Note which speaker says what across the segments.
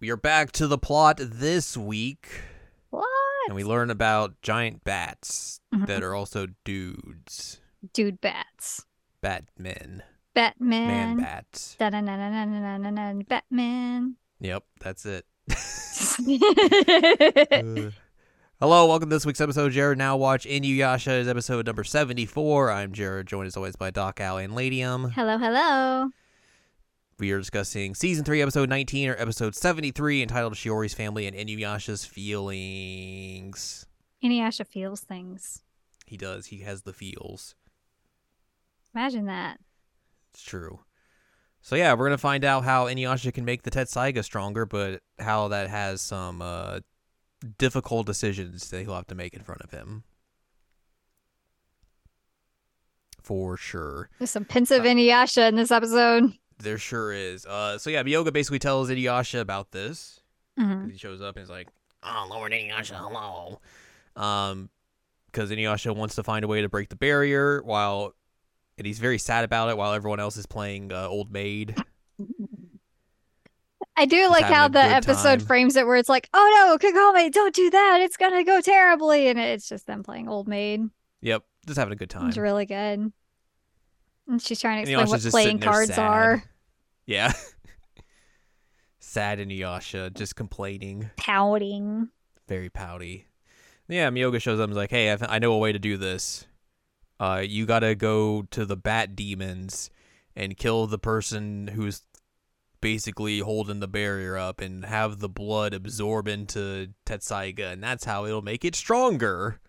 Speaker 1: We are back to the plot this week,
Speaker 2: What?
Speaker 1: and we learn about giant bats that are also dudes,
Speaker 2: Dude bats.
Speaker 1: Batmen, man
Speaker 2: Batman.
Speaker 1: bats.
Speaker 2: Da da na na na na na na na Batman.
Speaker 1: Yep, that's it.
Speaker 2: Eh.
Speaker 1: Uh, Hello, welcome to this week's episode of Jared Now Watch Inuyasha is episode number 74. I'm Jared, joined as always by Doc, Al, and Ladium.
Speaker 2: hello, hello.
Speaker 1: We are discussing season 3, episode 19, or episode 73, entitled Shiori's Family and Inuyasha's Feelings.
Speaker 2: Inuyasha feels things.
Speaker 1: He does, he has the feels.
Speaker 2: Imagine that.
Speaker 1: It's true. So yeah, we're gonna find out how Inuyasha can make the Tetsaiga stronger, but how that has some uh, difficult decisions that he'll have to make in front of him. For sure.
Speaker 2: There's some pensive Inuyasha in this episode.
Speaker 1: There sure is. Uh, so yeah, Miyoga basically tells Inuyasha about this.
Speaker 2: Mhm.
Speaker 1: He shows up and is like, "Oh, Lord Inuyasha, hello," um, because Inuyasha wants to find a way to break the barrier, while and he's very sad about it, while everyone else is playing uh, Old Maid.
Speaker 2: I do like
Speaker 1: having
Speaker 2: how
Speaker 1: a
Speaker 2: the
Speaker 1: good
Speaker 2: episode
Speaker 1: time.
Speaker 2: frames it where it's like, oh no, Kagome, don't do that. It's going to go terribly. And it's just them playing Old Maid.
Speaker 1: Yep, just having a good time.
Speaker 2: It's really good. And she's trying
Speaker 1: And
Speaker 2: to explain
Speaker 1: Inuyasha's
Speaker 2: what
Speaker 1: just
Speaker 2: playing
Speaker 1: sitting there
Speaker 2: cards
Speaker 1: sad.
Speaker 2: are.
Speaker 1: Yeah. sad Inuyasha, just complaining,
Speaker 2: Pouting.
Speaker 1: very pouty. Yeah, Miyoga shows up and is like, hey, I, th- I know a way to do this. Uh, you gotta go to the bat demons and kill the person who's basically holding the barrier up and have the blood absorb into Tetsaiga, and that's how it'll make it stronger.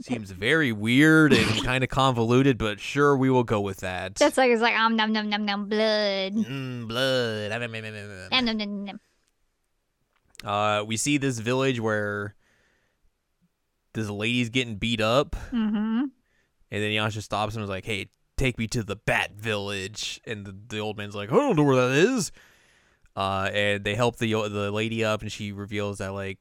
Speaker 1: Seems very weird and kind of convoluted, but sure, we will go with that.
Speaker 2: That's like, it's like, um, num, num, num, num, blood.
Speaker 1: Mm, blood. Ah, mm, mm, mm, mm, mm.
Speaker 2: Nom, nom, nom, nom, nom.
Speaker 1: Uh, we see this village where this lady's getting beat up,
Speaker 2: Mhm.
Speaker 1: and then Yasha stops him and is like, "Hey, take me to the Bat Village." And the, the old man's like, "I don't know where that is." Uh, and they help the the lady up, and she reveals that like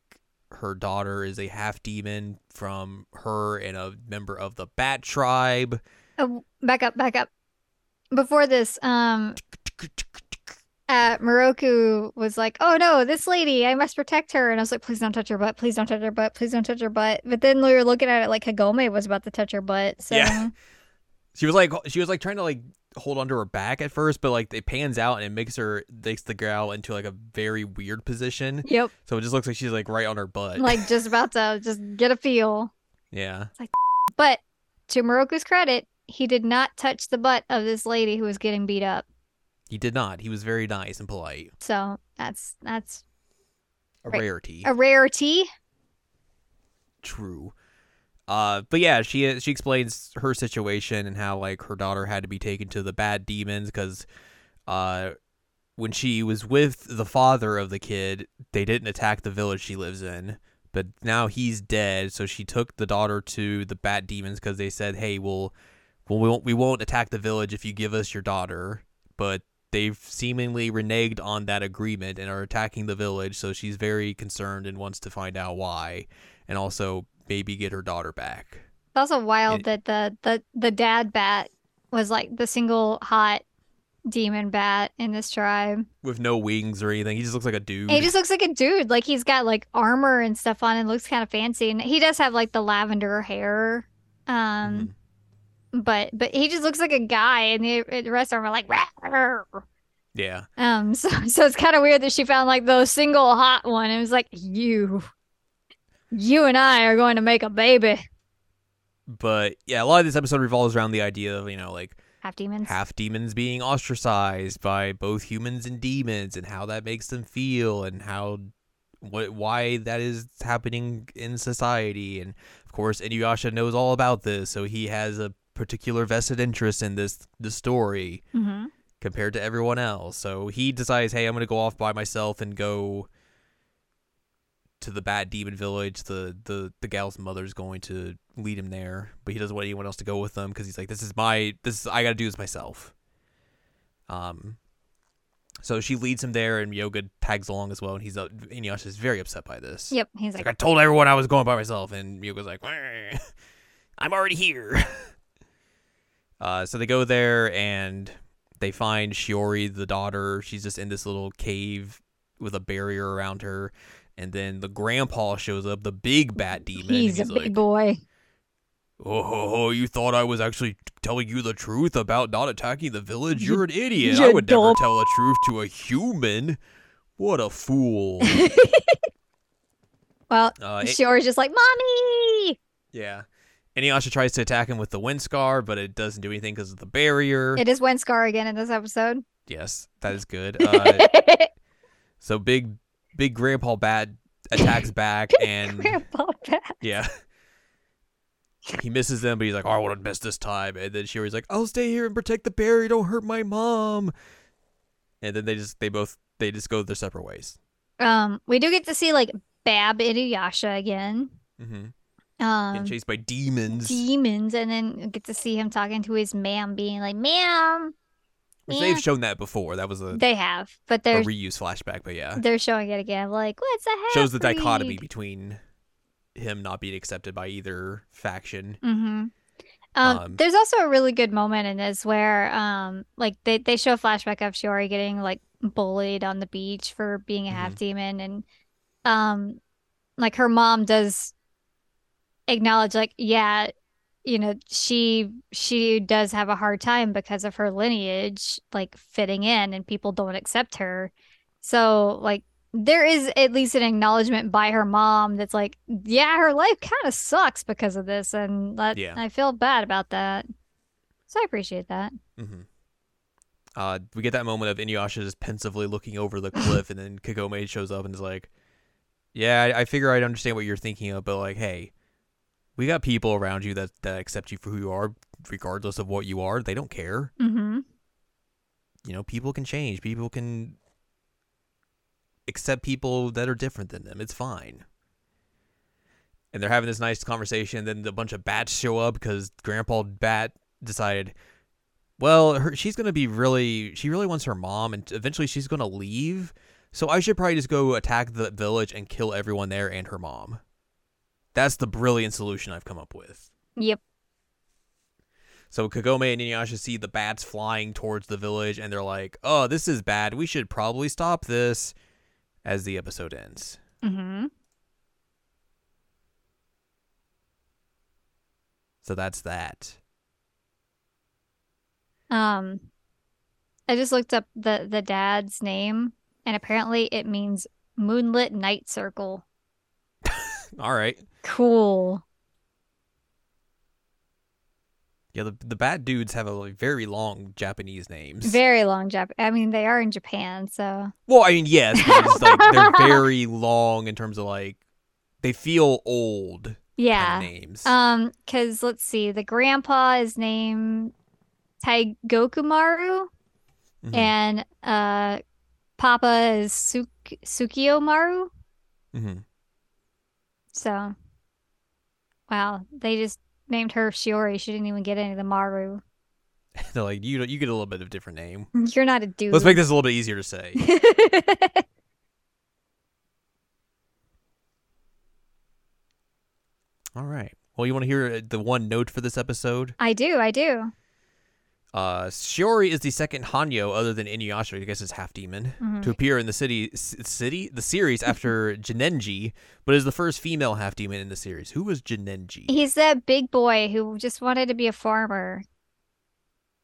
Speaker 1: her daughter is a half demon from her and a member of the Bat Tribe.
Speaker 2: Oh, back up, back up. Before this, um, uh, Moroku was like, "Oh no, this lady! I must protect her." And I was like, "Please don't touch her butt! Please don't touch her butt! Please don't touch her butt!" But then we were looking at it like Kagome was about to touch her butt. So
Speaker 1: Yeah. She was like she was like trying to like hold onto her back at first, but like it pans out and it makes her makes the girl into like a very weird position.
Speaker 2: yep,
Speaker 1: So it just looks like she's like right on her butt.
Speaker 2: like just about to just get a feel.
Speaker 1: yeah.
Speaker 2: But to Moroku's credit, he did not touch the butt of this lady who was getting beat up.
Speaker 1: He did not. He was very nice and polite.
Speaker 2: So that's that's
Speaker 1: A
Speaker 2: Right.
Speaker 1: rarity.
Speaker 2: a rarity.
Speaker 1: True. Uh, but yeah, she she explains her situation and how like her daughter had to be taken to the bad demons because, uh, when she was with the father of the kid, they didn't attack the village she lives in. But now he's dead, so she took the daughter to the bat demons because they said, "Hey, we'll, well, we won't, we won't attack the village if you give us your daughter." But they've seemingly reneged on that agreement and are attacking the village. So she's very concerned and wants to find out why and also maybe get her daughter back.
Speaker 2: It's also wild
Speaker 1: It-
Speaker 2: that the, the the dad bat was like the single hot demon bat in this tribe.
Speaker 1: With no wings or anything. He just looks like a dude.
Speaker 2: And he just looks like a dude. Like he's got like armor and stuff on and looks kind of fancy. And he does have like the lavender hair.
Speaker 1: Mm-hmm.
Speaker 2: Um but but he just looks like a guy and the, the rest of them are like "Rawr."
Speaker 1: yeah.
Speaker 2: um so so it's kind of weird that she found like the single hot one and it was like you you and I are going to make a baby.
Speaker 1: But yeah, a lot of this episode revolves around the idea of, you know, like
Speaker 2: Half demons.
Speaker 1: half demons being ostracized by both humans and demons and how that makes them feel and how what why that is happening in society and of course Inuyasha knows all about this so he has a particular vested interest in this the story
Speaker 2: Mhm.
Speaker 1: compared to everyone else. So he decides, hey, I'm gonna go off by myself and go to the Bat Demon Village. The the the gal's mother's going to lead him there, but he doesn't want anyone else to go with him because he's like, this is my this is, I gotta do this myself. Um. So she leads him there, and Yoga tags along as well, and he's uh, Inuyasha's very upset by this.
Speaker 2: Yep, he's
Speaker 1: He's
Speaker 2: like
Speaker 1: like, I told everyone I was going by myself, and Yugo's like, "Wah, I'm already here. Uh, so they go there and they find Shiori, the daughter. She's just in this little cave with a barrier around her. And then the grandpa shows up, the big bat demon. and
Speaker 2: He's a big
Speaker 1: like,
Speaker 2: boy.
Speaker 1: Oh, ho, ho, you thought I was actually telling you the truth about not attacking the village?
Speaker 2: You-
Speaker 1: You're an idiot.
Speaker 2: you
Speaker 1: I would never
Speaker 2: dumb-
Speaker 1: tell the truth to a human. What a fool.
Speaker 2: Well,
Speaker 1: Uh, it-
Speaker 2: she always just like, "Mommy!"
Speaker 1: yeah. Inuyasha tries to attack him with the wind scar, but it doesn't do anything because of the barrier.
Speaker 2: It is Wenscar again in this episode.
Speaker 1: yes, that is good. Uh, so big, big grandpa bat attacks back, and
Speaker 2: Grandpa Pat.
Speaker 1: yeah, he misses them, but he's like, "Oh, I wouldn't miss this time." And then Shiri's like, "I'll stay here and protect the barrier. Don't hurt my mom." And then they just they both they just go their separate ways.
Speaker 2: Um, we do get to see like Bab Inuyasha again.
Speaker 1: Mm-hmm.
Speaker 2: Um,
Speaker 1: Getting chased by demons,
Speaker 2: demons, and then get to see him talking to his ma'am, being like, "Ma'am."
Speaker 1: which
Speaker 2: yeah.
Speaker 1: they've shown that before. That was a,
Speaker 2: They have, but
Speaker 1: a
Speaker 2: they're
Speaker 1: reuse flashback, but yeah,
Speaker 2: they're showing it again. Like, what's the heck?
Speaker 1: shows the dichotomy between him not being accepted by either faction.
Speaker 2: Mm-hmm. Um,
Speaker 1: Um,
Speaker 2: there's also a really good moment in this where, um, like they they show a flashback of Shiori getting like bullied on the beach for being a
Speaker 1: Mhm.
Speaker 2: half demon, and um, like her mom does acknowledge, like, yeah, you know, she she does have a hard time because of her lineage, like fitting in, and people don't accept her. So, like, there is at least an acknowledgement by her mom that's like, yeah, her life kind of sucks because of this, and that
Speaker 1: Yeah.
Speaker 2: I feel bad about that. So I appreciate that.
Speaker 1: Mm-hmm. Uh, we get that moment of Inuyasha just pensively looking over the cliff, and then Kagome shows up and is like, "Yeah, I, I figure I understand what you're thinking of, but like, hey, we got people around you that that accept you for who you are, regardless of what you are. They don't care.
Speaker 2: Mm-hmm.
Speaker 1: You know, people can change. People can accept people that are different than them. It's fine." And they're having this nice conversation. Then a bunch of bats show up because Grandpa Bat decided well her, she's going to be really she really wants her mom and eventually she's going to leave so i should probably just go attack the village and kill everyone there and her mom that's the brilliant solution i've come up with
Speaker 2: Yep.
Speaker 1: so kagome and inuyasha see the bats flying towards the village and they're like oh this is bad we should probably stop this as the episode ends
Speaker 2: Mm-hmm.
Speaker 1: so that's that
Speaker 2: Um, I just looked up the the dad's name, and apparently it means moonlit night circle.
Speaker 1: all right
Speaker 2: Cool.
Speaker 1: yeah the, the bat dudes have a like, very long japanese names
Speaker 2: Very long Jap. I mean, they are in Japan, so
Speaker 1: Well, I mean, yes, but it's like they're very long in terms of like they feel old
Speaker 2: yeah.
Speaker 1: kind of names.
Speaker 2: Um, because let's see, the grandpa is named Taigokumaru,
Speaker 1: Mhm,
Speaker 2: and uh, Papa is Suk- Sukiomaru.
Speaker 1: mhm.
Speaker 2: So, wow, they just named her Shiori. She didn't even get any of the Maru.
Speaker 1: They're like you you get a little bit of different name.
Speaker 2: You're not a dude.
Speaker 1: Let's make this a little bit easier to say. All right. Well, you want to hear uh, the one note for this episode?
Speaker 2: I do, I do.
Speaker 1: Uh, Shiori is the second Hanyo, other than Inuyasha, I guess is half demon,
Speaker 2: Mhm.
Speaker 1: to appear in the city s- city the series after Jinenji, but is the first female half demon in the series. Who was Jinenji?
Speaker 2: He's that big boy who just wanted to be a farmer.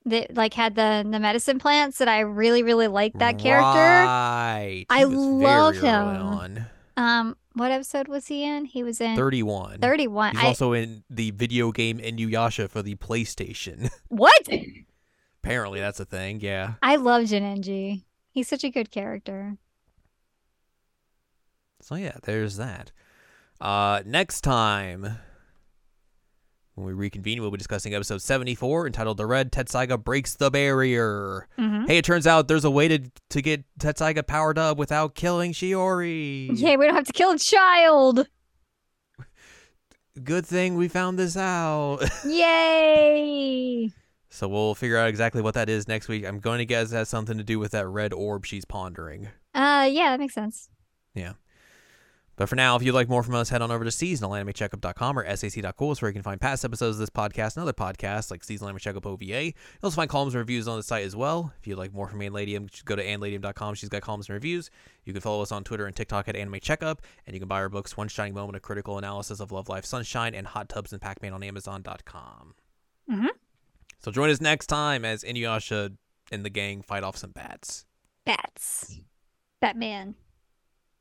Speaker 2: That like had the the medicine plants that I really really liked that character.
Speaker 1: Right.
Speaker 2: I
Speaker 1: He was very
Speaker 2: love
Speaker 1: early
Speaker 2: him.
Speaker 1: on.
Speaker 2: Um, what episode was he in? He was in
Speaker 1: 31.
Speaker 2: 31.
Speaker 1: He's
Speaker 2: I
Speaker 1: also in the video game Inuyasha for the PlayStation.
Speaker 2: what?
Speaker 1: Apparently, that's a thing. Yeah.
Speaker 2: I love Jinenji. He's such a good character.
Speaker 1: So yeah, there's that. Uh, next time when we reconvene, we'll be discussing episode 74 entitled "The Red Tetsaiga Breaks the Barrier."
Speaker 2: Mm-hmm.
Speaker 1: Hey, it turns out there's a way to to get Tetsaiga powered up without killing Shiori.
Speaker 2: Yeah, we don't have to kill a child.
Speaker 1: Good thing we found this out.
Speaker 2: Yay!
Speaker 1: So we'll figure out exactly what that is next week. I'm going to guess it has something to do with that red orb she's pondering.
Speaker 2: Uh, yeah, that makes sense.
Speaker 1: But for now, if you'd like more from us, head on over to seasonalanimecheckup.com or sac.cool is where you can find past episodes of this podcast and other podcasts like Seasonal Anime Checkup OVA. You'll also find columns and reviews on the site as well. If you'd like more from Ann Ladium, just go to annladium.com. She's got columns and reviews. You can follow us on Twitter and TikTok at Anime Checkup, and you can buy our books One Shining Moment, A Critical Analysis of Love, Life, Sunshine, and Hot Tubs and Pac-Man on Amazon.com.
Speaker 2: Mhm.
Speaker 1: So join us next time as Inuyasha and the gang fight off some bats.
Speaker 2: Bats. Batman.